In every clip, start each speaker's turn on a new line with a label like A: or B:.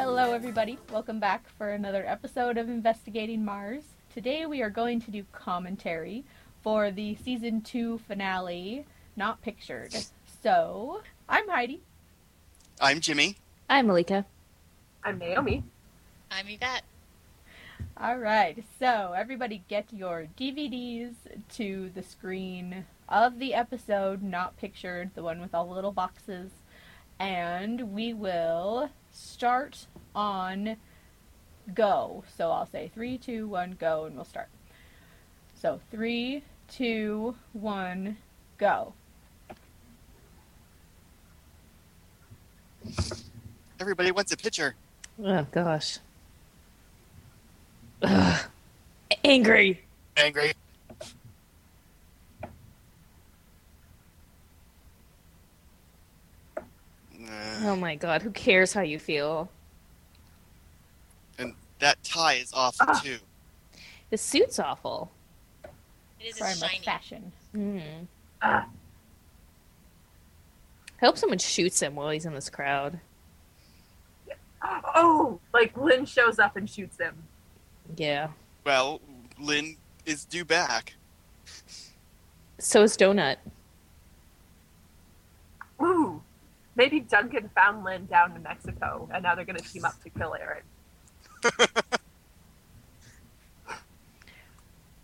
A: everybody. Welcome back for another episode of Investigating Mars. Today we are going to do commentary for the season two finale, Not Pictured. So, I'm Heidi.
B: I'm Jimmy.
C: I'm Malika.
D: I'm Naomi.
E: I'm Yvette.
A: All right, so everybody get your DVDs to the screen of the episode, Not Pictured, the one with all the little boxes. And we will start on go. So I'll say three, two, one, go, and we'll start. So three, two, one, go.
B: Everybody wants a picture.
C: Oh gosh. Ugh. Angry.
B: Angry. Uh,
C: Oh my god. Who cares how you feel?
B: and that tie is off
D: Ah.
B: too.
C: The suit's awful.
E: It is a
A: Crime of
E: shiny.
A: fashion.
C: Mm.
D: Ah.
C: I hope someone shoots him while he's in this crowd.
D: Oh, like Lynn shows up and shoots him.
C: Yeah.
B: Well, Lynn is due back.
C: So is Donut.
D: Ooh, maybe Duncan found Lynn down in Mexico, and now they're gonna team up to kill Aaron.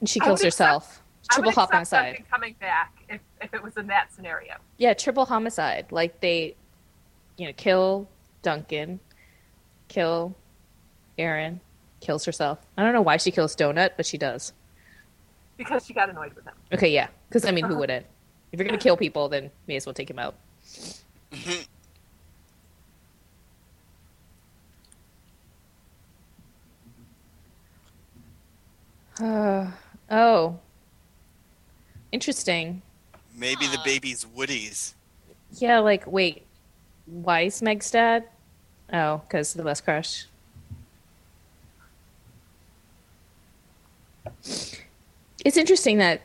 C: And she
D: I
C: kills
D: would accept-
C: herself.
D: I would
C: Triple hop
D: accept
C: homicide.
D: Duncan coming back if, if it was in that scenario.
C: Yeah, triple homicide. Like they, you know, kill Duncan, kill Aaron, kills herself. I don't know why she kills Donut, but she does.
D: Because she got annoyed with him.
C: Okay, yeah. Because I mean, who
D: Uh-huh.
C: wouldn't? If you're gonna kill people, then may as well take him out. Uh, oh, interesting.
B: Maybe the
E: Ah.
B: baby's Woody's.
C: Yeah, like wait, why is Meg's dad? Oh, because the bus crash. It's interesting that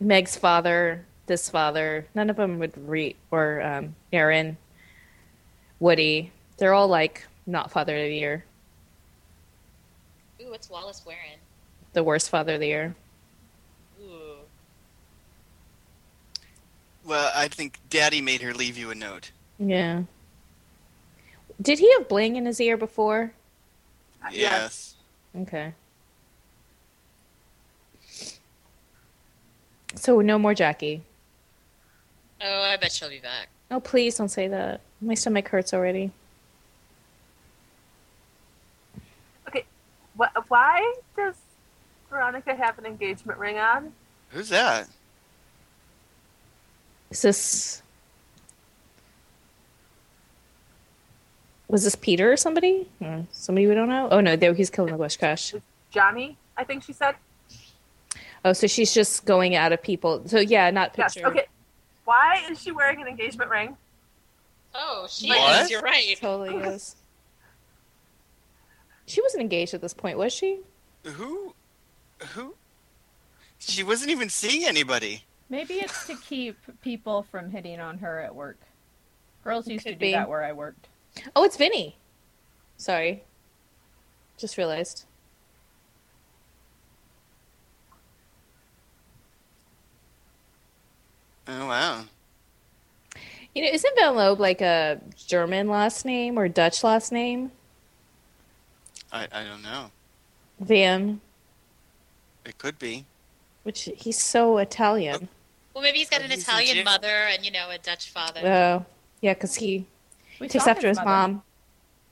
C: Meg's father, this father, none of them would read or um, Aaron, Woody. They're all like not father of the year,
E: Ooh, what's Wallace wearing?
C: the worst father of the year.
E: Ooh.
B: Well, I think Daddy made her leave you a note.
C: Yeah. Did he have bling in his ear before?
D: Uh,
B: Yes.
C: Okay. So no more Jackie.
E: Oh, I bet she'll be back.
C: Oh, please don't say that. My stomach hurts already.
D: Wh- why does Veronica have an engagement ring on?
B: Who's that?
C: Is this was this Peter or somebody? Or somebody we don't know. Oh no, there he's killing the bush crash.
D: Johnny, I think she said.
C: Oh, so she's just going out of people. So yeah, not
D: Yes.
C: picture.
D: Okay. Why is she wearing an engagement ring?
E: Oh, she
B: What?
E: is. You're right.
C: Totally is. She wasn't engaged at this point, was she?
B: Who? Who? She wasn't even seeing anybody.
A: Maybe it's to keep people from hitting on her at work. Girls used to
C: Could
A: do
C: be.
A: that where I worked.
C: Oh, it's Vinny. Sorry. Just realized.
B: Oh wow.
C: You know, isn't Van Loeb like a German last name or Dutch last name?
B: I I don't know.
C: Van,
B: It could be.
C: which he's so Italian.
E: Well, maybe he's got
B: Oh,
E: an
B: he's in jail.
E: Italian mother and, you know, a Dutch father.
C: Oh, yeah, because he
A: We
C: takes
A: saw
C: after his,
A: mother.
C: mom.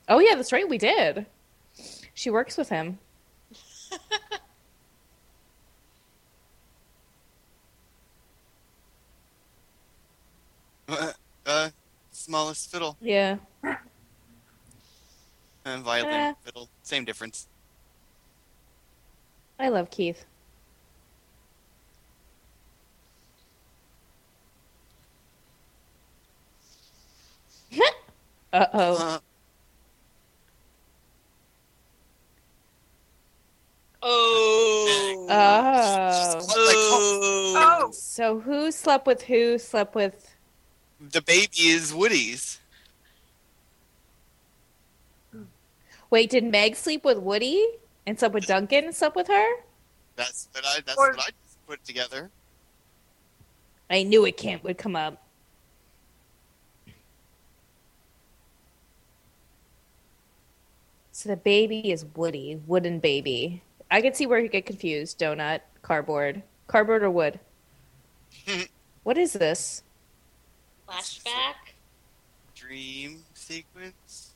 C: Oh, yeah, that's right. We did. She works with him.
B: Uh, uh smallest fiddle
C: Yeah.
B: and violin
C: Eh.
B: fiddle. Same difference.
C: I love Keith. uh oh.
B: Uh,
E: Oh.
C: Oh.
B: oh.
D: Oh,
C: So who slept with who slept with
B: The baby is Woody's.
C: Wait, did Meg sleep with Woody and slept with Duncan and slept with her?
B: That's what I. That's
D: Or-
B: what I just put together.
C: I knew it can't would come up. So the baby is Woody, wooden baby. I can see where you get confused. Donut, cardboard, cardboard or wood. what is this?
E: Flashback.
B: Dream sequence.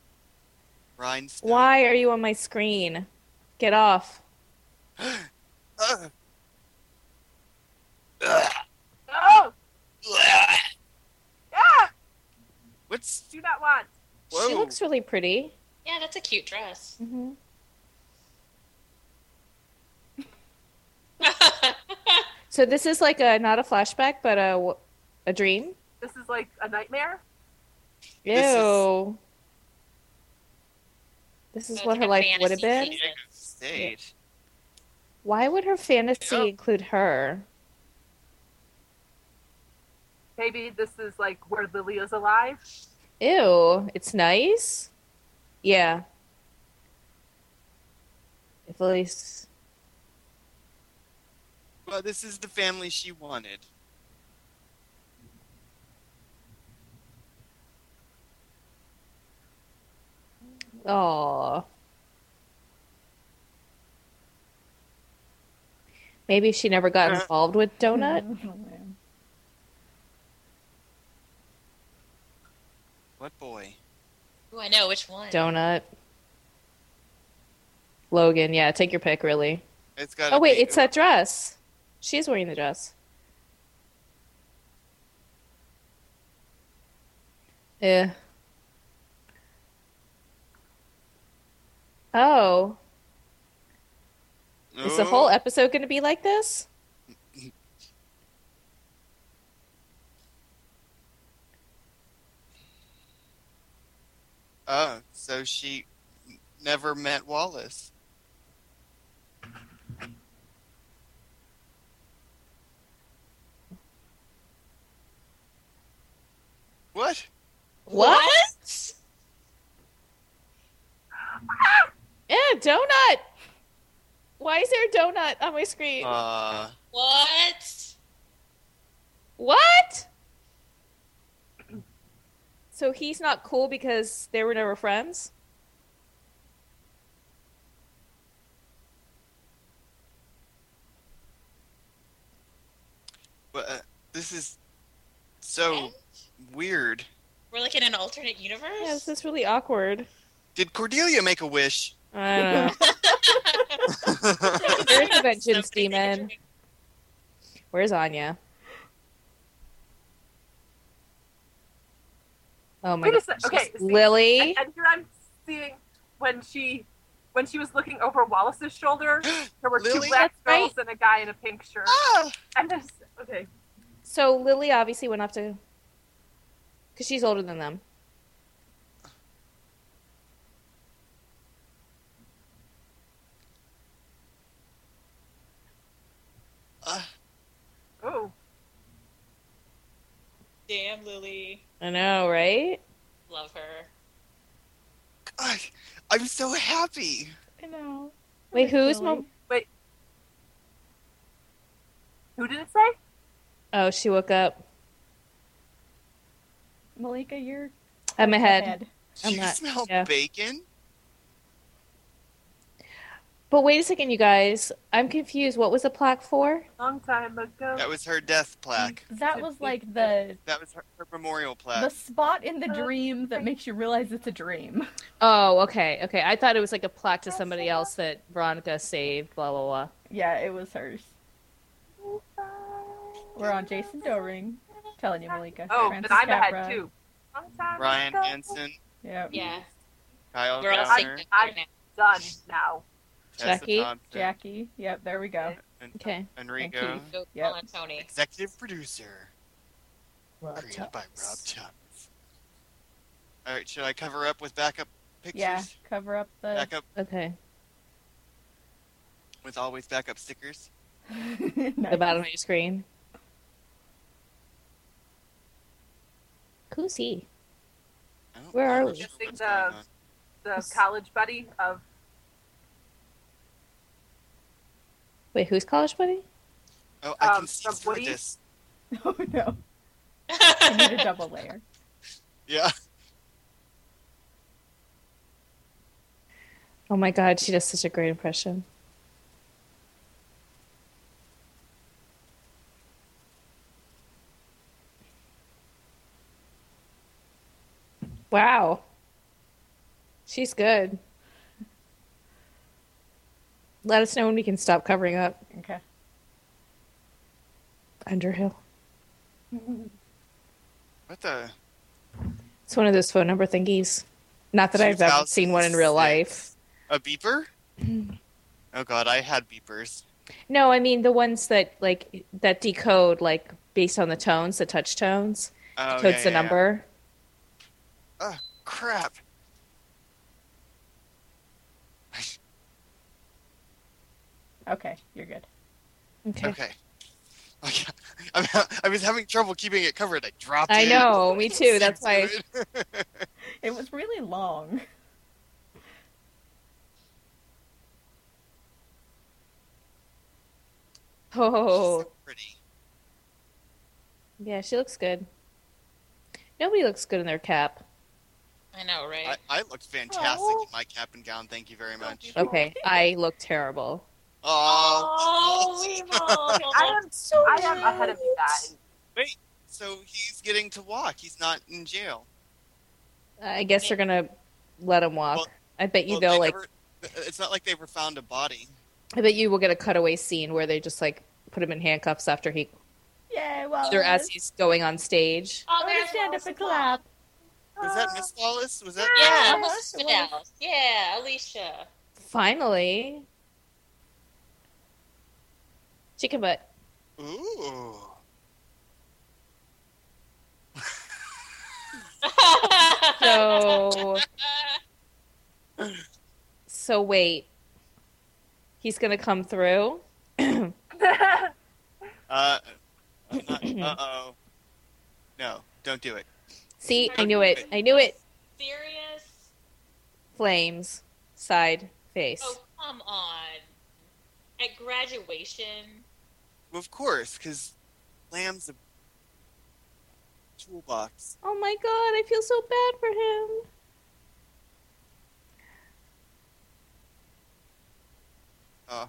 B: Rhinestone.
C: Why are you on my screen? Get off.
B: Ugh. Ugh.
D: Oh,
B: Ugh.
D: yeah,
B: What's
D: do not want.
C: Ah. She
B: Whoa.
C: looks really pretty.
E: Yeah, that's a cute dress.
C: hmm So this is like a not a flashback, but a a dream.
D: This is like a nightmare.
C: Ew.
B: This is-
C: This is
E: So
C: what
E: it's
C: her
E: like
C: life
E: a
C: would have
E: fantasy
C: been.
E: thing.
B: stage?
C: Why would her fantasy
B: Yeah.
C: include her?
D: Maybe this is like where Lily is alive.
C: Ew, it's nice. Yeah. If at least
B: Well, this is the family she wanted.
C: oh. Maybe she never got
B: Uh.
C: involved with Donut.
B: What boy?
E: Ooh, I know which one.
C: Donut. Logan, yeah, take your pick really.
B: It's got.
C: Oh wait, it's that dress. She's wearing the dress. Yeah. Oh, is the whole episode going to be like this?
B: Oh, so she never met Wallace. What?
E: What?
C: Yeah, donut. Why is there a donut on my screen?
B: Uh,
E: What?
C: what? So he's not cool because they were never friends.
B: but, uh, this is so weird.
E: We're like in an alternate universe.
C: Yeah, this is really awkward.
B: Did Cordelia make a wish? Ah,
C: I don't know. There's the vengeance
E: Somebody make a
C: demon.
E: drink.
C: Where's Anya? Oh my
D: Wait a
C: god.
D: sec. Okay, see,
C: Lily.
D: And, and here I'm seeing when she when she was looking over Wallace's shoulder, there were
B: Lily?
D: two black
C: That's right.
D: girls and a guy in a pink shirt.
B: ah!
D: And this, okay,
C: so Lily obviously went off to cuz she's older than them.
B: Uh,
D: oh,
E: Damn, Lily.
C: I know, right?
E: Love her.
B: God, I'm so happy.
A: I know.
C: Wait, who's
A: Lily.
C: mom-
D: who did it say?
C: Oh, she woke up.
A: Malika? You're
C: I'm ahead.
A: ahead.
B: Do
C: I'm
B: you
C: not-
B: smell
C: yeah.
B: bacon?
C: But wait a second, you guys. I'm confused. What was the plaque for?
D: Long time ago.
B: That was her death plaque.
A: That was like the
B: That was her, her memorial
A: the
B: plaque.
A: spot in the dream that makes you realize it's a dream.
C: Oh, okay. Okay. I thought it was like a plaque to somebody else that Veronica saved, blah blah blah.
A: Yeah, it was hers. We're on Jason Doring. Telling you, Malika.
D: oh,
A: Francis
D: but I'm
A: Capra.
D: ahead too. Long time
B: Ryan
D: ago.
B: Hansen,
A: Yep.
E: Yeah.
B: Kyle
E: We're all
B: Downer,
E: synced
D: I-
E: up now.
D: Done now.
B: Tessa
C: Jackie?
B: Thompson,
A: Jackie. Yep, there we go.
B: and
C: Okay.
B: Enrico,
A: Keith.
E: Go
A: Yep.
E: call on Tony.
B: executive producer, created by Rob
C: Tubbs.
B: Tubbs. All right, should I cover up with backup pictures?
A: Yeah, cover up the.
B: Backup
C: Okay.
B: with always backup stickers.
C: The
A: Nice.
C: bottom of your screen. Who's he?
B: I don't
C: Where
B: know
C: are
B: what's
C: we?
B: going
D: Missing the-
B: on.
D: the college buddy of
C: Wait, who's college buddy?
B: Oh, I
D: Um,
B: can see
D: from
B: through
D: Woody?
B: this.
A: Oh no, I need a double layer.
B: Yeah.
C: Oh my god, she does such a great impression. Wow. She's good. Let us know when we can stop covering up
A: Okay.
C: Underhill.
B: What the?
C: It's one of those phone number thingies. Not that I've ever seen one in real life.
B: A beeper? oh god, I had beepers.
C: No, I mean the ones that like that decode like based on the tones, the touch tones,
B: Oh,
C: codes
B: yeah,
C: the
B: yeah, yeah.
C: number.
B: Crap.
A: Okay, you're good.
C: Okay.
B: Okay. Like, I'm, I was having trouble keeping it covered. I dropped
C: I
B: it.
C: know, me too. That's why.
B: Censored.
A: It was really long.
C: Oh,
B: So pretty.
C: yeah, she looks good. Nobody looks good in their cap.
E: I know,
B: I,
E: right?
B: I looked fantastic
D: Oh.
B: in my cap and gown. Thank you very much.
C: Okay, I look terrible.
B: Oh,
E: Oh, Weevil!
D: I am
C: So
D: I am ahead of you guys.
B: so he's getting to walk. He's not in jail.
C: I guess they're gonna let him walk.
B: Well-
C: I bet you
B: Well,
C: they'll
B: they
C: like.
B: never- uh, it's not like they ever found a body.
C: I bet you will get a cutaway scene where they just like put him in handcuffs after he,
A: Yay!
B: Uh-huh.
A: Well,
C: or as he's going on stage.
E: Oh,
A: I'm gonna
E: there's
A: stand up
E: Wallace
A: and
E: Wallace.
A: clap.
B: Was that
C: Ah.
B: Miss Wallace? Was that?
E: Yeah,
A: Yeah,
E: Alicia. Yeah, Alicia.
C: Finally, chicken butt.
B: Ooh.
C: So, so wait. He's gonna come through.
B: Uh. Uh oh. No, don't do it.
C: See, I knew it. I knew it.
E: Serious?
C: Flames, side, face.
E: Oh, come on. At graduation?
B: Of course, because Lamb's a toolbox.
C: Oh my god, I feel so bad for him.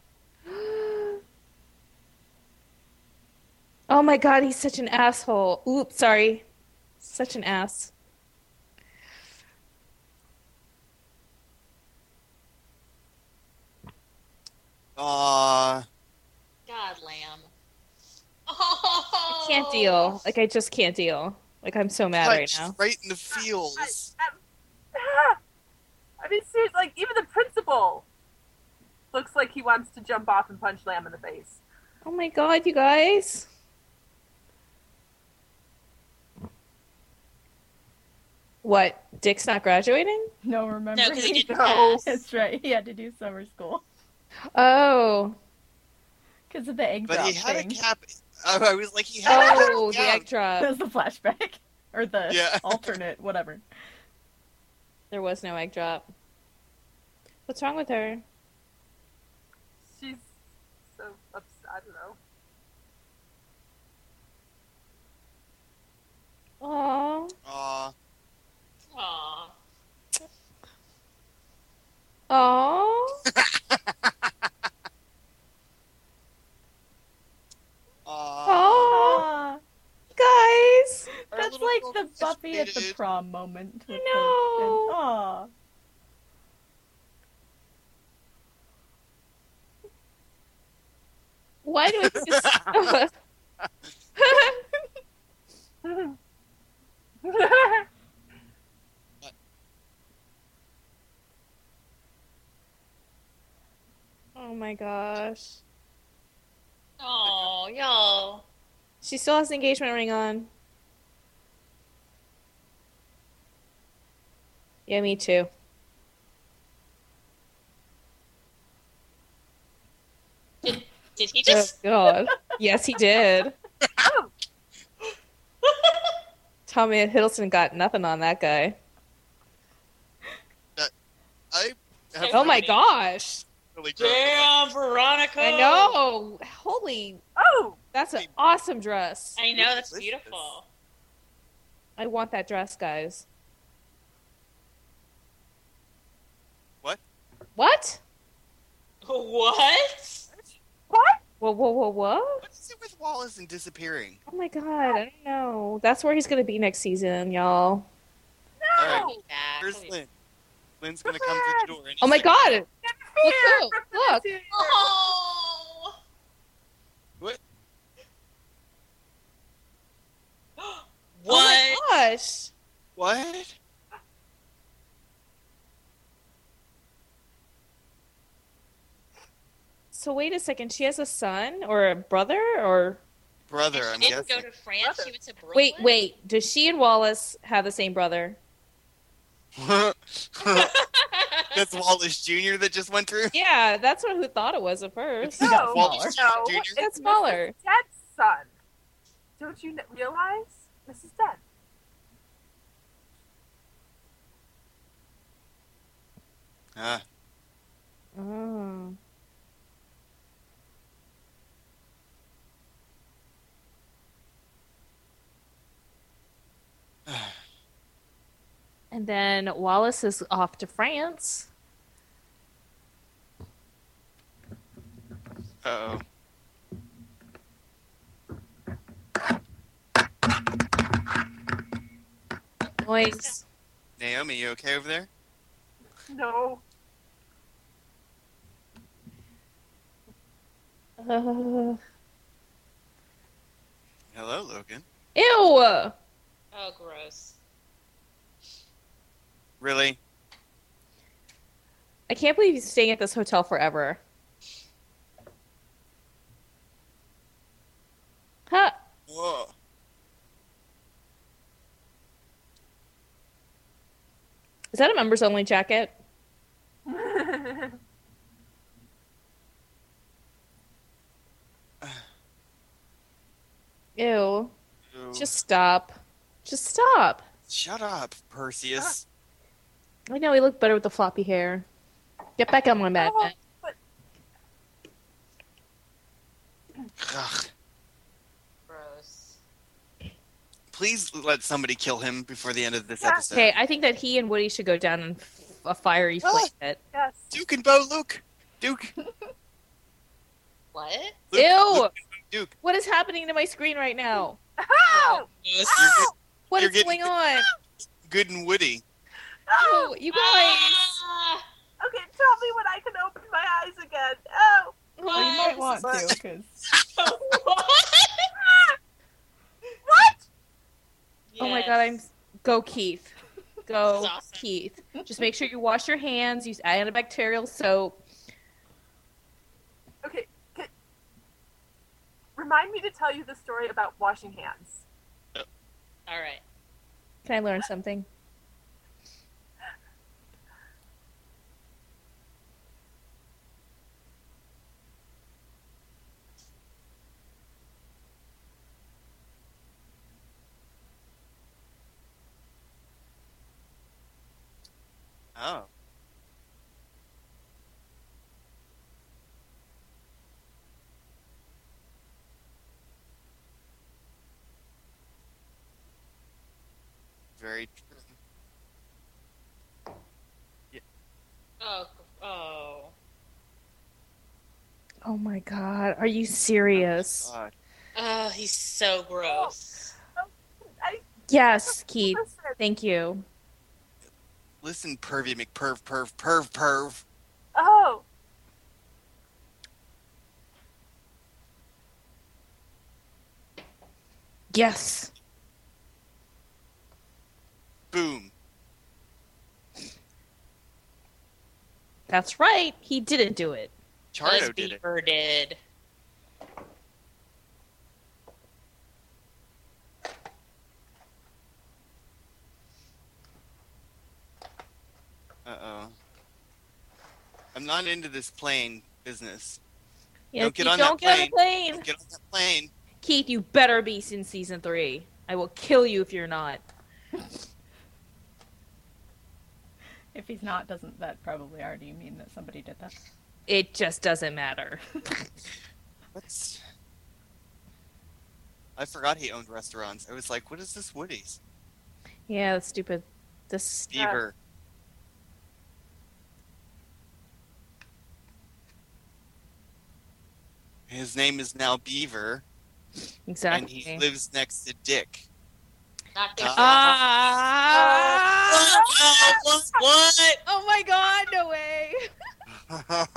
C: Oh my god, he's such an asshole. Oops, sorry. Such an ass.
B: Aw.
E: God, lamb. Oh,
C: I can't deal. Like I just can't deal. Like I'm so mad right
B: punched
C: now.
B: Right in the feels.
D: I mean, seriously, like even the principal looks like he wants to jump off and punch Lamb in the face.
C: Oh my god, you guys. What? Dick's not graduating?
A: No, remember?
E: No, because he didn't
D: No.
E: pass.
A: That's right. He had to do summer school
C: Oh.
A: because of the egg
B: But
A: drop
B: he had
A: thing.
B: a cap. I I was like, he had
C: Oh,
B: a
C: the egg
B: cap.
C: drop.
A: That's the flashback or the
B: Yeah.
A: alternate, whatever.
C: There was no egg drop. What's wrong with her?
D: She's so upset. I don't know.
C: Oh,
B: Aw.
E: Aw.
C: oh.
B: Aw.
A: Ah,
C: Oh, guys.
B: Our
A: that's
B: little
A: like
B: girl
A: the
B: is
A: Buffy at the
B: frustrated.
A: prom moment. with
C: I know.
A: The, aw.
C: Why do I just. oh my gosh.
E: Oh, y'all.
C: She still has an engagement ring on. Yeah, me too.
E: Did he
C: Oh
E: just.
C: god. Yes, he did.
D: Oh,
C: Tommy Hiddleston got nothing on that guy.
B: That's
C: Oh my
E: Everything.
C: gosh.
B: really drunk.
E: Damn, Veronica.
C: I know. Holy,
D: Oh,
C: that's an awesome dress.
E: I know that's
B: This-
E: beautiful.
C: I want that dress, guys.
B: What?
C: What?
E: What?
D: what?
C: Whoa, whoa, whoa, whoa.
B: What is it with Wallace and disappearing?
C: Oh my god, I don't know. That's where he's going to be next season, y'all.
B: All
D: No!
B: right,
E: He'll be back.
B: here's
E: He'll be-
B: Lynn. Lynn's gonna come through the door. any
C: Oh my
B: second.
C: god.
D: Fear
C: Look,
D: from the
C: look.
D: series.
E: Oh.
B: What?
C: Oh
E: What?
C: my gosh.
B: What?
C: So wait a second. She has a son or a brother or
B: Brother,
E: And
B: I'm
E: she didn't
B: guessing.
E: go to France.
D: Brother.
E: She went to Brooklyn.
C: Wait, wait. Does she and Wallace have the same brother?
B: That's Wallace Jr. that just went through.
C: Yeah, that's what who thought it was at
B: It's
C: first.
D: No,
B: Wallace
D: no,
B: Jr.
D: it's
C: That's smaller.
D: Mrs. Dead's son. Don't you kn- realize? Mrs. Dead.
B: Uh,
C: Oh. And then Wallace is off to France.
B: oh.
C: Noise.
B: Naomi, you okay over there?
D: No.
C: Uh,
B: Hello, Logan.
C: ew.
E: Oh, gross.
B: Really?
C: I can't believe he's staying at this hotel forever. Huh.
B: Whoa.
C: Is that a members only jacket?
B: Ew.
C: Ew. Just stop. Just stop.
B: shut up, Perseus.
C: I know he looked better with the floppy hair. Get back on my mat.
D: Oh,
C: Ah.
B: Ugh.
E: Gross.
B: Please let somebody kill him before the end of this
D: Yeah.
B: episode.
C: Okay, I think that he and Woody should go down in f- a fiery
B: Ah.
C: flame pit.
D: yes.
B: Duke and Bo Luke. Duke. Luke,
E: What?
C: Ew!
B: Luke, Duke.
C: What is happening to my screen right now?
D: Oh!
E: Gross.
B: You're
C: Ah.
B: good,
C: What
B: You're
C: is
B: getting-
C: going on?
B: good and Woody.
D: Oh!
C: Ew, you guys.
E: Ah!
D: Okay, tell me when I can open my eyes again. Oh!
A: Well, you might want
E: What?
A: to, because
E: What?
D: What?
C: Oh my
E: Yes.
C: god, I'm go Keith. Go
E: This is awesome.
C: Keith. Just make sure you wash your hands, use antibacterial soap.
D: Okay. c- Remind me to tell you the story about washing hands.
E: All right.
C: Can I learn something?
B: Oh. Very true.
E: Oh, oh.
C: Oh my god, are you serious?
B: God.
E: Oh, he's so gross.
C: Yes, Keith.
D: Listen,
C: Thank you.
B: Listen, pervy McPerv, perv, perv, perv.
D: oh,
C: Yes.
B: Boom.
C: That's right. He didn't do it.
B: Chardo
E: Buzz
B: did it.
E: Beaver did.
B: Uh oh. I'm not into this plane business.
C: Yeah,
B: Don't get
C: Keith,
B: on that
C: don't get on the plane.
B: Get on that plane.
C: Keith, you better be in season three. I will kill you if you're not.
A: If he's not, doesn't that probably already mean that somebody did that?
C: It just doesn't matter.
B: What's? I forgot he owned restaurants. I was like, what is this Woody's?
C: Yeah, that's stupid. This
B: Beaver. His name is now Beaver, and
C: exactly.
B: he lives next to Dick.
E: Not
B: Uh,
C: Ah!
E: what? What? What?
A: Oh my god, no way!
B: oh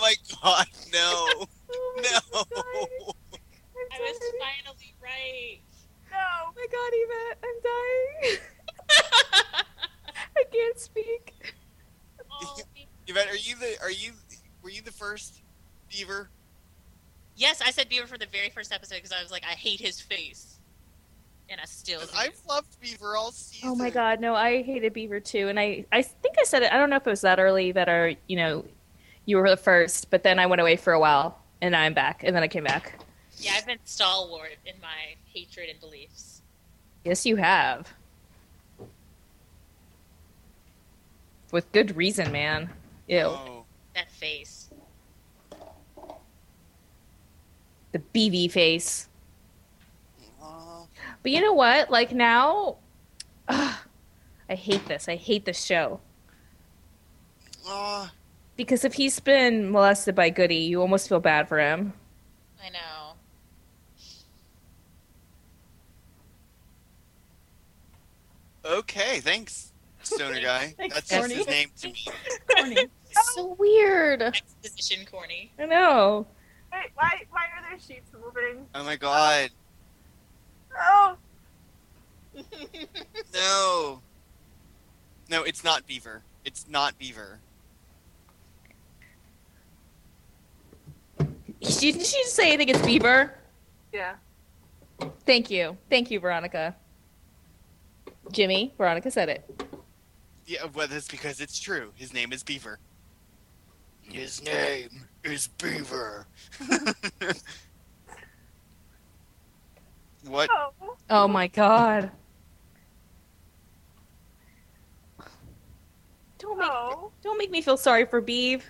B: my god, no. No.
E: I was finally right.
A: Oh my god, Yvette, I'm dying. I can't speak.
E: Oh,
B: Yvette, are you the are you were you the first beaver?
E: yes, I said Beaver for the very first episode because I was like, I hate his face, and I still.
B: 'Cause
E: do.
B: I've loved Beaver all season.
C: Oh my god, no, I hated Beaver too. And I, I think I said it, I don't know if it was that early that our, you know, you were the first, but then I went away for a while and I'm back. And then I came back.
E: Yeah, I've been stalwart in my hatred and beliefs.
C: Yes, you have. With good reason, man. Ew.
B: Oh.
E: That face.
C: The BV face.
B: Aw.
C: But you know what? Like now, ugh, I hate this. I hate this show
B: Aw.
C: because if he's been molested by Goody, you almost feel bad for him.
E: I know.
B: okay, thanks, stoner guy.
A: Thanks,
B: That's just
A: Corny.
B: his name to me.
A: Corny.
C: So weird.
E: Exposition corny.
C: I know.
D: Wait, why, why are there sheets moving?
B: Oh my god.
D: Oh,
B: No. No, it's not Beaver. It's not Beaver.
C: She, didn't she say I think it's Bieber?
D: yeah.
C: Thank you. Thank you, Veronica. Jimmy, Veronica said it.
B: Yeah, well, that's because it's true. His name is Beaver. His name is Beaver. what?
D: Oh,
C: Oh my god. Don't make,
D: oh.
C: don't make me feel sorry for Beeve.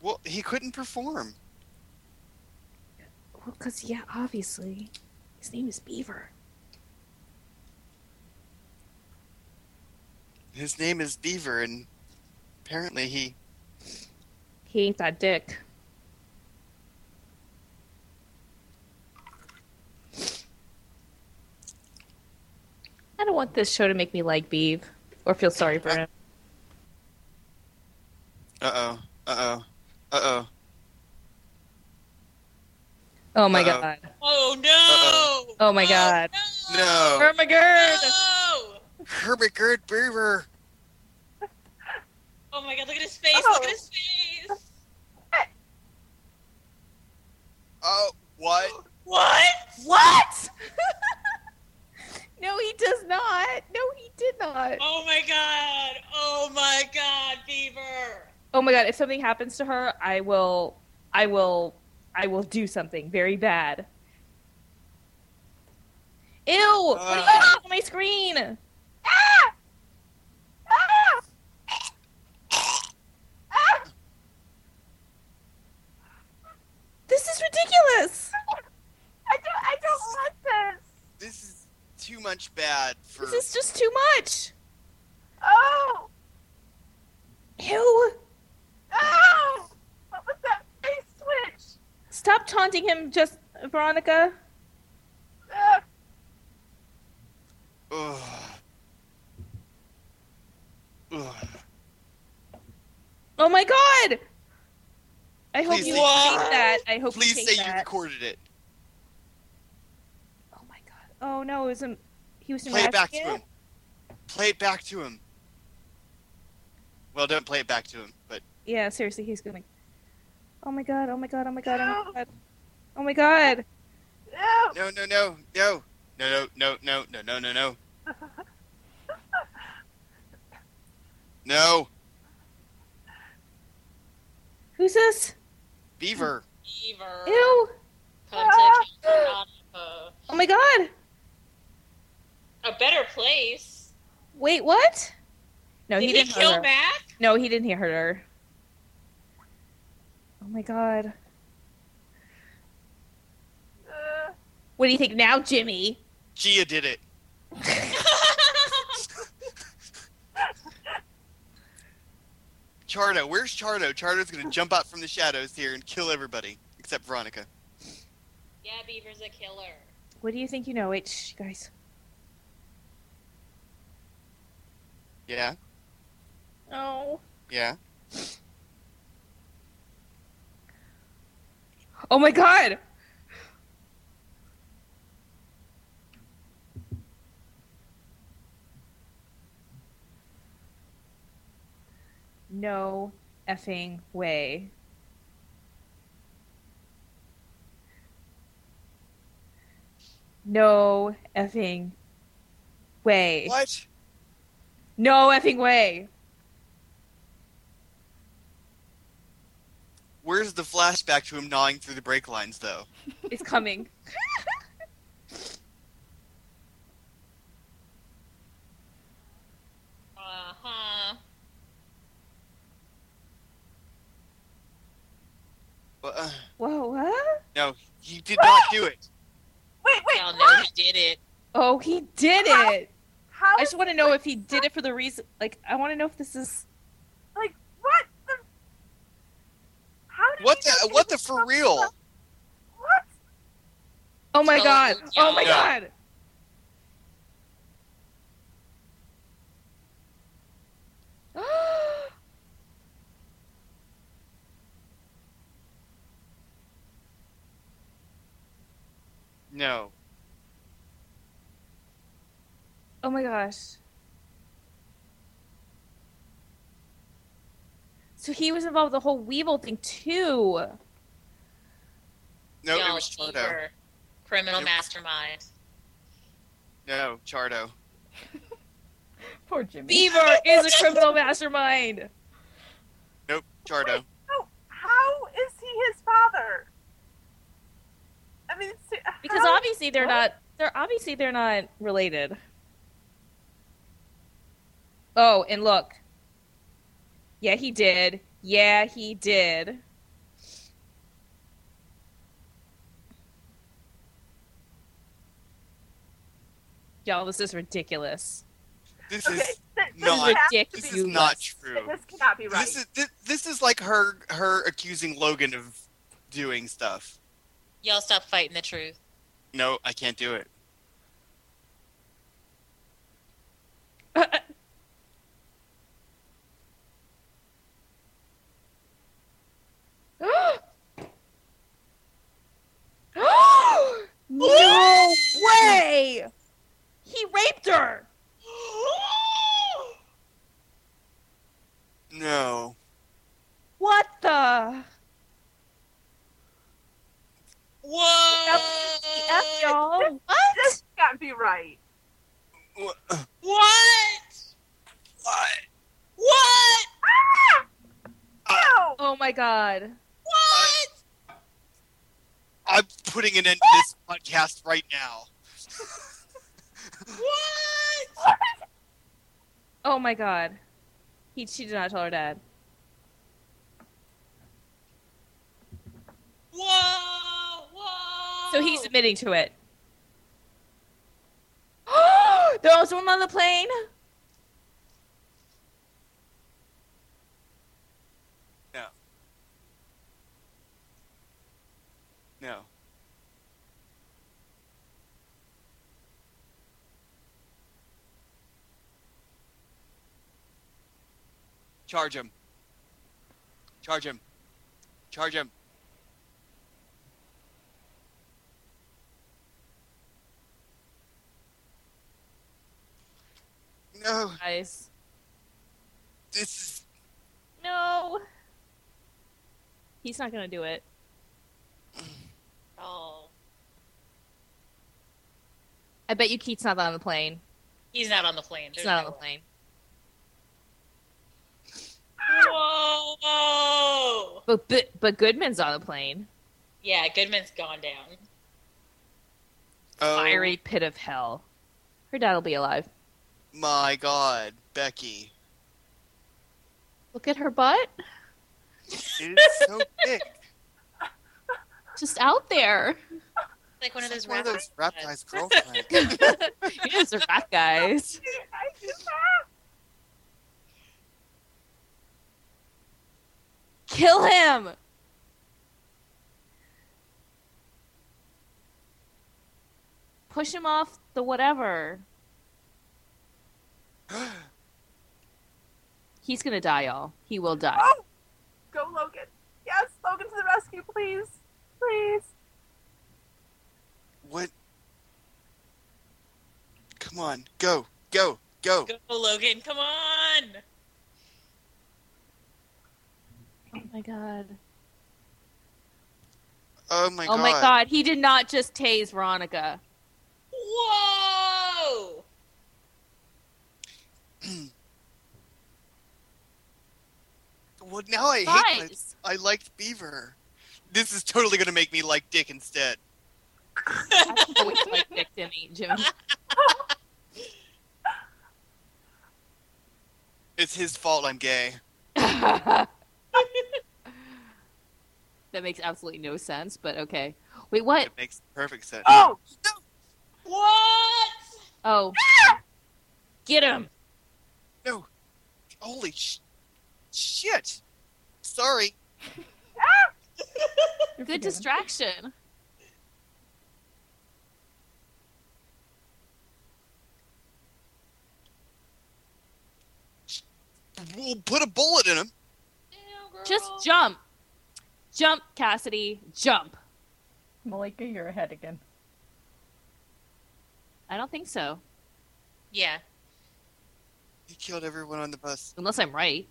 B: Well, he couldn't perform.
C: Well, because, yeah, obviously. His name is Beaver.
B: His name is Beaver, and apparently he.
C: He ain't that dick. I don't want this show to make me like Beeve or feel sorry for him.
B: Uh oh. Uh oh. Uh
C: Oh my
B: Uh-oh.
C: god.
E: Oh no!
C: Oh my god.
B: oh.
E: No!
B: No.
C: Oh my god.
E: No!
B: Herbert Gerd Beaver.
E: Oh my god! Look at his face! Look at his face!
B: Oh, what?
E: What?
C: What? no, he does not. No, he did not.
E: Oh my god! Oh my god, Beaver!
C: Oh my god, if something happens to her, I will I will I will do something very bad. Ew! what are you
B: Uh.
C: doing on my screen? This is ridiculous.
D: I don't, I don't want this.
B: This is too much bad for.
C: This is just too much.
D: Oh,
C: Ew.
D: oh. What was that face switch?
C: Stop taunting him just Veronica.
D: Ugh.
B: Ugh. Ugh.
C: Oh my god. I hope
B: Please
C: you
B: say-
C: hate that. I hope
B: Please
C: you hate
B: say
C: that.
B: you recorded it.
C: Oh my god. Oh no, it was in, he was in
B: Play it back to
C: Ratchet?
B: him. Play it back to him. Well, don't play it back to him, but
C: Yeah, seriously, he's gonna. Oh my god! Oh my god! Oh my god! Oh my god! Oh my god!
D: Ew.
B: no, no, no, no, no, no, no, no, no, no, no, no, no,
C: Who's this?
B: Beaver.
E: Beaver!
C: Ew!
E: Come to Captain America.
C: Oh my god!
E: A better place.
C: Wait, what? No, he,
E: Did he,
C: didn't hurt
E: kill
C: her.
E: Mac?
C: No, he didn't hurt her. Oh my god.
D: Uh,
C: What do you think now, Jimmy?
B: Gia did it. Chardo, where's Chardo? Chardo's gonna jump out from the shadows here and kill everybody except Veronica.
E: yeah, Beaver's a killer.
C: What do you think you know? Wait, shh, guys.
B: Yeah,
C: Oh.
B: yeah.
C: Oh my god. No effing way. No effing way.
B: What?
C: No effing way.
B: Where's the flashback to him gnawing through the brake lines, though?
C: It's coming.
E: Uh huh.
B: Well, uh,
C: Whoa, what?
B: no, he did not do it.
D: wait, wait.
E: Y'all
D: what?
E: know he did it.
C: Oh, he did it.
D: How
C: I
D: is
C: just want to know if he did it for the reason. Like, I want to know if this is.
D: like what the? How did
B: What
D: he
B: the?
D: know
B: What
D: he
B: the
D: was
B: for real?
D: What?
C: Oh my
E: Oh,
C: god! Oh my
E: yeah.
C: god!
B: No.
C: oh my gosh. So he was involved with the whole Weevil thing too.
B: No, it
E: Y'all
B: was Chardo.
E: Beaver. Criminal
B: It-
E: mastermind.
B: No, Chardo.
A: Poor Jimmy.
C: Beaver is a criminal mastermind.
B: Nope, Chardo.
D: How, how is he his father? I mean, it's,
C: Because
D: how-
C: obviously they're not. They're obviously they're not related. Oh, and look. Yeah, he did. Yeah, he did. Y'all, this is ridiculous.
B: This
D: Okay,
B: is
D: thi- this
B: not-
D: has to
C: Ridiculous.
D: be-
B: this is not
C: This
B: true.
D: This cannot be right.
B: This is this, this is like her her accusing Logan of doing stuff.
E: Y'all stop fighting the truth.
B: No, I can't do it.
C: no way! He raped her!
B: No.
C: What the? F,
E: What?
C: y'all? What?
D: this can't be right.
B: What?
E: What?
B: What?
E: What?
B: Uh,
D: No.
C: Oh my god.
E: What?
B: I'm putting an end to this podcast right now.
E: What?
C: Oh my god. He she did not tell her dad.
E: Whoa! Whoa!
C: So he's admitting to it. there was one on the plane.
B: No. Charge him. Charge him. Charge him. No,
C: Guys.
B: this is
C: No. He's not gonna do it.
E: Oh,
C: I bet you Keith's not on the plane.
E: he's not on the plane.
C: He's
E: There's
C: not on
E: no
C: the
E: way.
C: plane.
E: Whoa! Whoa!
C: But but, but Goodman's on the plane.
E: Yeah, Goodman's gone down.
B: oh,
C: Fiery pit of hell. Her dad will be alive.
B: My God, Becky,
C: Look at her butt.
B: it is so big.
C: Just out there.
E: Like one of
B: It's like one
E: those rap
B: of those rap guys,
E: guys.
B: girl guys.
C: You guys are fat guys. Kill him. Push him off the whatever. He's gonna die, y'all. He will die.
D: Oh! Go, Logan. Yes, Logan to the rescue, please. Please.
B: What? Come on, go, go, go.
E: Go, Logan. Come on.
C: Oh my god.
B: Oh my
C: oh
B: God.
C: my god. He did not just tase Veronica.
E: Whoa.
B: Well, now I hate. my-
C: Guys.
B: I liked Beaver. This is totally gonna make me like Dick instead.
C: That's always like Dick to me, Jimmy.
B: It's his fault I'm gay.
C: that makes absolutely no sense, but okay. Wait, what?
B: It makes perfect sense.
D: Oh!
E: What?
C: Oh. Get him.
B: No. Holy sh- shit. Sorry.
A: You're forgiven.
C: Good distraction.
B: We'll put a bullet in him.
E: Ew, girl.
C: Just jump. Jump, Cassidy. Jump.
A: Malika, you're ahead again.
C: I don't think so.
E: Yeah.
B: He killed everyone on the bus.
C: Unless I'm right.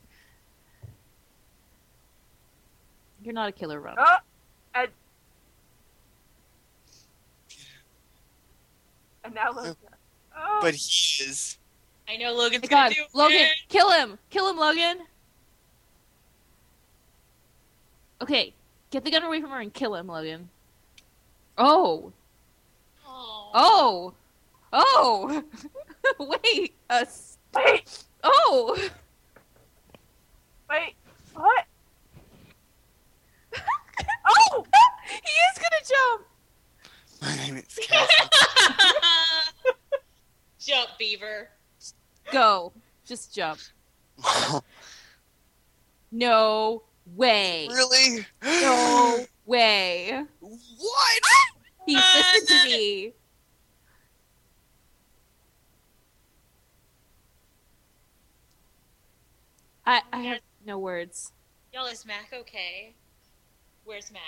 C: You're not a killer, Rob.
D: Oh! And now Logan. Oh,
B: But he is.
E: I know Logan's
F: Oh
C: my
E: gonna
C: god.
E: do
C: Logan,
E: it.
C: kill him. Kill him, Logan. Okay. Get the gun away from her and kill him, Logan. Oh.
E: Oh.
C: Oh. Oh. Wait. Uh, s-
D: wait,
C: oh.
D: wait. What? oh!
C: he is going to jump.
B: My name is Cassie.
F: Oh.
E: Jump, Beaver.
C: Go. Just jump. No way.
B: really?
C: No Ah! way.
B: What?
C: He listened to me. I, I have no words.
E: Y'all, is Mac okay? Where's Mac?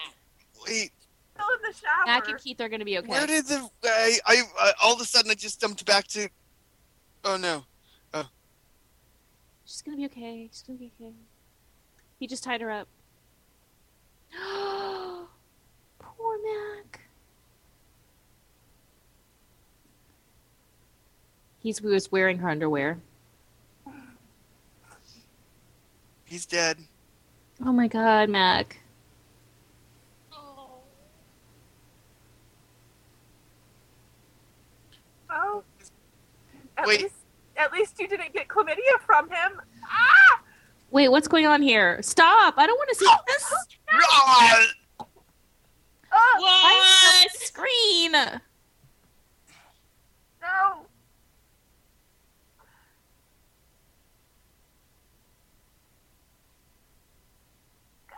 B: Wait.
D: Still in the shower.
C: Mac and Keith are going to be okay.
B: Where did the? I, I. I. All of a sudden, I just jumped back to. Oh no.
C: She's going to be okay. She's going to be okay. He just tied her up. Poor Mac. He's, he was wearing her underwear.
B: He's dead.
C: Oh my god, Mac.
E: Oh.
D: Oh. At
B: Wait.
D: least, at least you didn't get chlamydia from him.
C: Wait, what's going on here? Stop! I don't want to see this.
B: Ah!
D: Oh
C: Why
E: What?
C: is it on the screen?
D: no!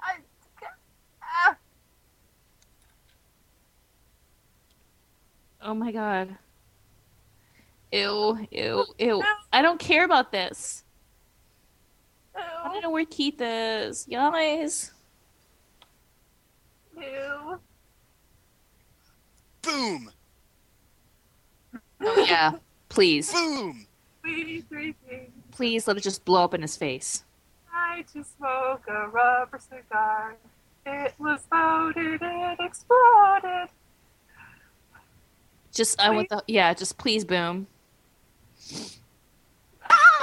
D: I, ah,
C: Oh my god. Ew, ew, ew. I don't care about this. I
D: oh,
C: don't know where Keith is. Guys.
D: no.
B: Boom.
C: Oh yeah. Please.
B: Boom.
D: Sweetie, three things.
C: Please let it just blow up in his face.
D: I just smoke a rubber cigar. It was loaded and exploded.
C: Just I want the yeah, just please boom.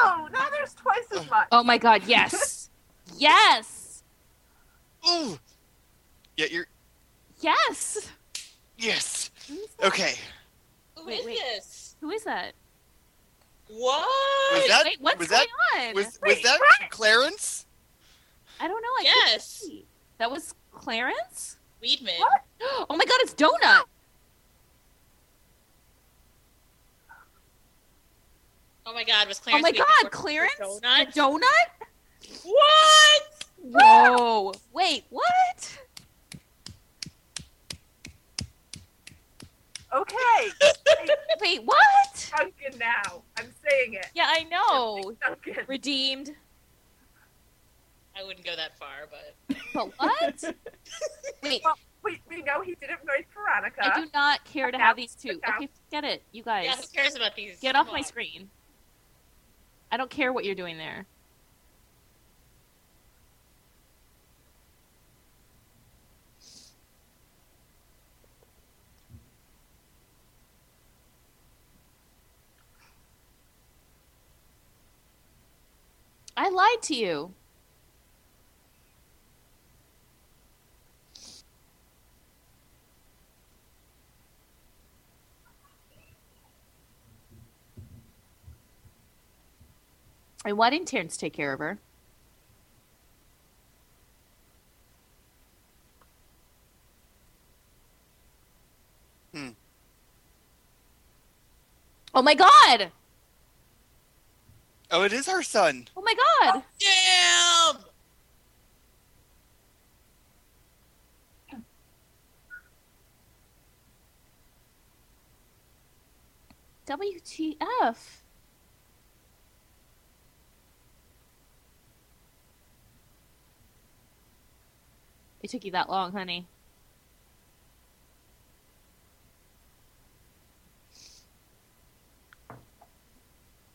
D: Oh, now there's twice as much.
C: Ah! Oh my god, yes. yes.
B: Ooh. Yeah. You're.
C: Yes.
B: Yes. Okay.
E: Who
C: Wait,
E: is
C: wait.
E: this?
C: Who is that?
E: What?
B: Was that-
F: Wait, what's
B: was
F: going
B: that-
F: on?
B: Was, was that Clarence?
F: I don't know. I couldn't
E: yes.
F: see. That was Clarence?
E: Weedman.
F: What? Oh my god, it's Donut!
E: Oh my god, was
F: Oh
E: Clarence
F: my
E: Weedman
F: god,
E: working for
F: Clarence? The
E: Donut?
F: Donut?
E: What?
F: Whoa! Wait, what?
D: Okay,
F: Wait, what?
D: Duncan now. I'm saying it.
F: Yeah, I
C: Oh.
F: know.
D: Duncan.
F: Redeemed.
E: I wouldn't go that far, but
F: But what? Wait,
D: We, we know he didn't marry Veronica.
F: I do not care to have these two. Okay, forget it, you guys.
E: yeah, who cares about these?
F: Get off
E: Come
F: my
E: on.
F: screen. I don't care what you're doing there. I lied to you. And why didn't Terrence take care of her?
B: Hmm.
F: Oh my god!
B: Oh, it is our son.
F: Oh my god!
E: Damn!
F: WTF. It took you that long, honey.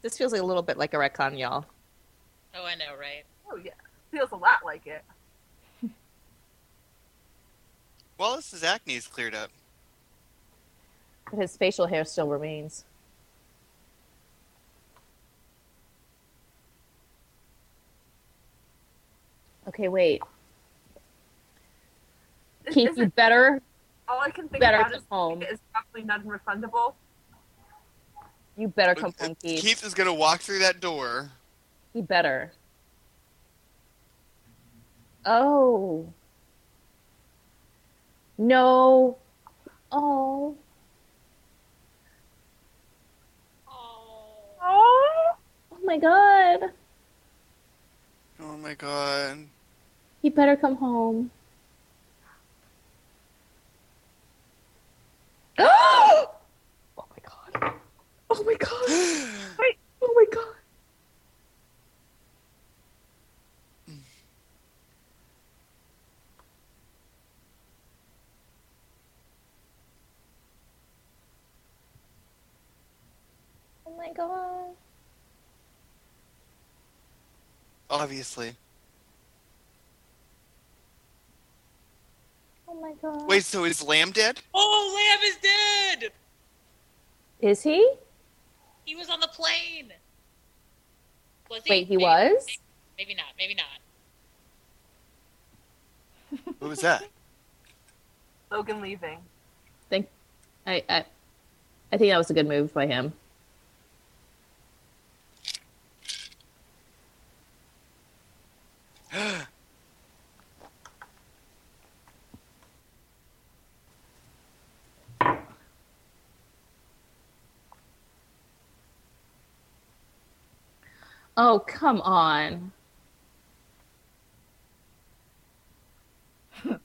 C: This feels like a little bit like a retcon, y'all.
E: Oh, I know, right?
D: Oh, yeah. Feels a lot like it.
B: Wallace's acne is cleared up.
C: But his facial hair still remains. Okay, wait.
D: Is-
C: Keith,
D: is
C: you
D: it-
C: better
D: all I can think
C: better
D: about
C: come
D: is
C: home.
D: it is probably non-refundable.
C: You better come home, Keith.
B: uh, Keith is gonna walk through that door.
C: You better. Oh. No. Oh.
E: Oh.
D: Oh,
C: Oh my god.
B: Oh my god.
C: He better come home. oh my god. Oh my god. Oh my god. Oh my god.
B: Obviously.
C: Oh my god.
B: Wait, so is Lamb dead?
E: oh, Lamb is dead!
C: Is he?
E: He was on the plane! Was he?
C: Wait, he
E: Maybe-
C: was?
E: Maybe not, maybe not.
B: What was that?
D: Logan leaving.
C: I, I I think that was a good move by him.
F: Oh, come on.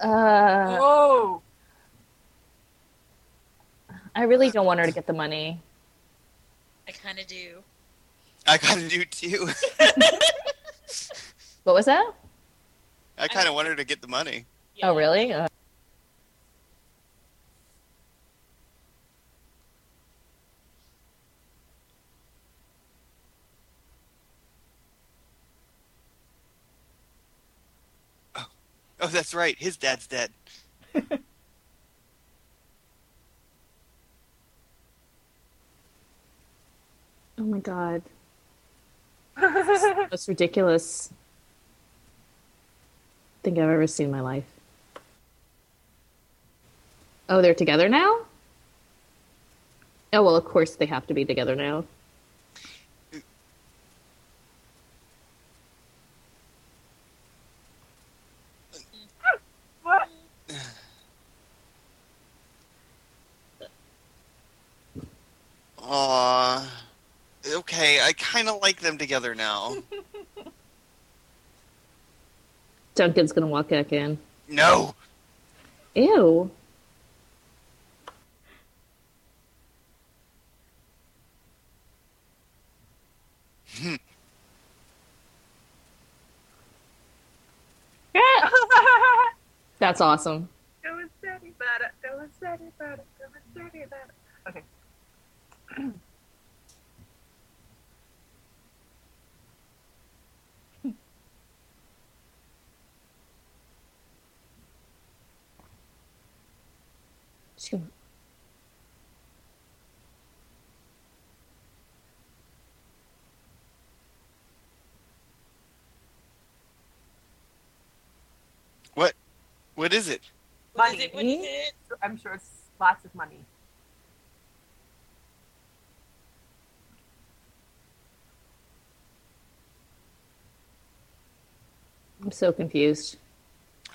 C: Uh,
D: Whoa!
C: I really don't want her to get the money.
E: I kind of do.
B: I kinda do too.
C: What was that?
B: I kinda want her to get the money.
E: Yeah.
C: Oh, really? Uh,
B: Oh that's right, his dad's dead.
C: oh my god,
D: Whoa!
C: most ridiculous thing I've ever seen in my life.
F: Oh, they're together now? Oh, well, of course they have to be together now.
D: What?
B: Aw. Okay, I kind of like them together now.
F: Duncan's gonna walk back in.
B: no!
F: Ew. That's awesome.
D: Going steady about it. Going steady about it. Going steady about it. Okay.
F: She's gonna-
B: What is it?
E: What is it? What
F: Money.
E: is it?
D: I'm sure it's lots of money.
F: I'm so confused.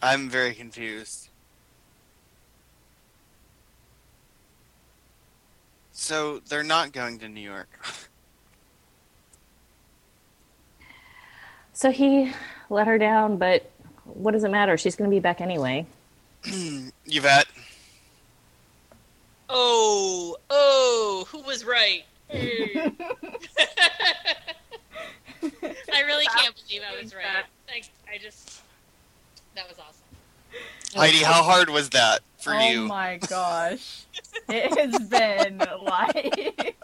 B: I'm very confused. So they're not going to New York.
F: So he let her down, but what does it matter? She's gonna be back anyway.
B: Yvette,
E: Oh, oh, who was right? Hmm. I really can't believe I was right. I, I just, that was awesome.
B: Heidi, how hard was that for
A: oh
B: you?
A: my gosh. it has been like.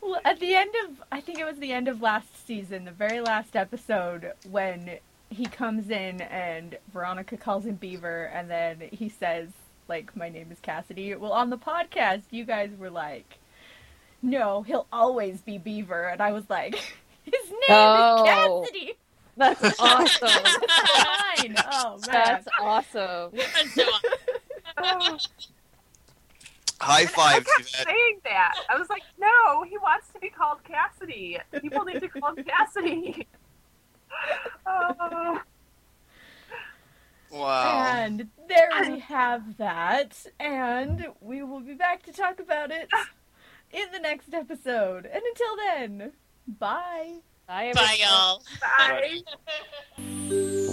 A: well, at the end of, I think it was the end of last season, the very last episode, when he comes in and Veronica calls him Beaver, and then he says, like, my name is Cassidy. Well, on the podcast, you guys were like, no, he'll always be Beaver. And I was like, his name
C: Oh.
A: is Cassidy.
F: That's awesome.
A: Fine. Oh, man.
C: That's awesome.
E: And so on.
D: Oh,
B: High
D: I
B: five,
D: kept
B: Yvette.
D: saying that. I was like, no, he wants to be called Cassidy. People need to call him Cassidy. Oh,
B: Wow.
A: And there we have that. And we will be back to talk about it in the next episode. And until then, bye.
C: Bye,
E: Bye, y'all.
D: bye.
E: all